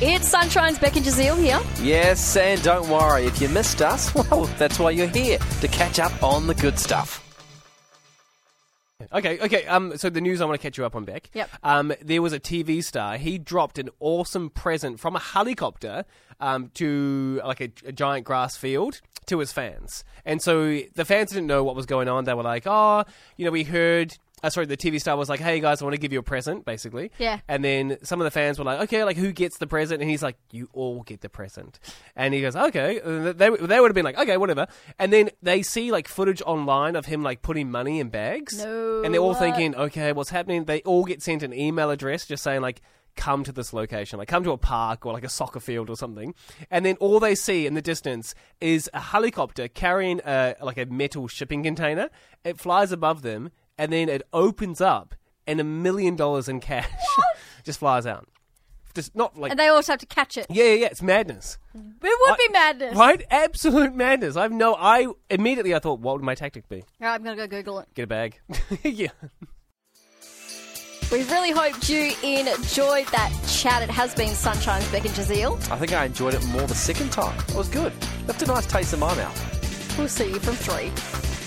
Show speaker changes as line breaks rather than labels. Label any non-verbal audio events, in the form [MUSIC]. It's Sunshine's Becky Jazeel here.
Yes, and don't worry, if you missed us, [LAUGHS] well, that's why you're here, to catch up on the good stuff.
Okay, okay. Um, so the news I want to catch you up on, Beck.
Yep.
Um, there was a TV star. He dropped an awesome present from a helicopter um, to like a, a giant grass field to his fans, and so the fans didn't know what was going on. They were like, "Oh, you know, we heard." Uh, sorry, the TV star was like, "Hey guys, I want to give you a present," basically.
Yeah.
And then some of the fans were like, "Okay, like who gets the present?" And he's like, "You all get the present." And he goes, "Okay." Uh, They they would have been like, "Okay, whatever." And then they see like footage online of him like putting money in bags
No,
and they're all
what?
thinking, okay, what's happening? They all get sent an email address just saying, like, come to this location, like, come to a park or like a soccer field or something. And then all they see in the distance is a helicopter carrying a, like a metal shipping container. It flies above them and then it opens up and a million dollars in cash [LAUGHS] just flies out. Just not like.
And they also have to catch it.
yeah, yeah, yeah, it's madness.
It would
I-
be madness.
Right? Absolute madness. I've no. I immediately I thought, what would my tactic be?
All right, I'm going to go Google it.
Get a bag. [LAUGHS] yeah.
We really hoped you enjoyed that chat. It has been Sunshine's Beck and Jazeel.
I think I enjoyed it more the second time. It was good. Left a nice taste in my mouth.
We'll see you from three.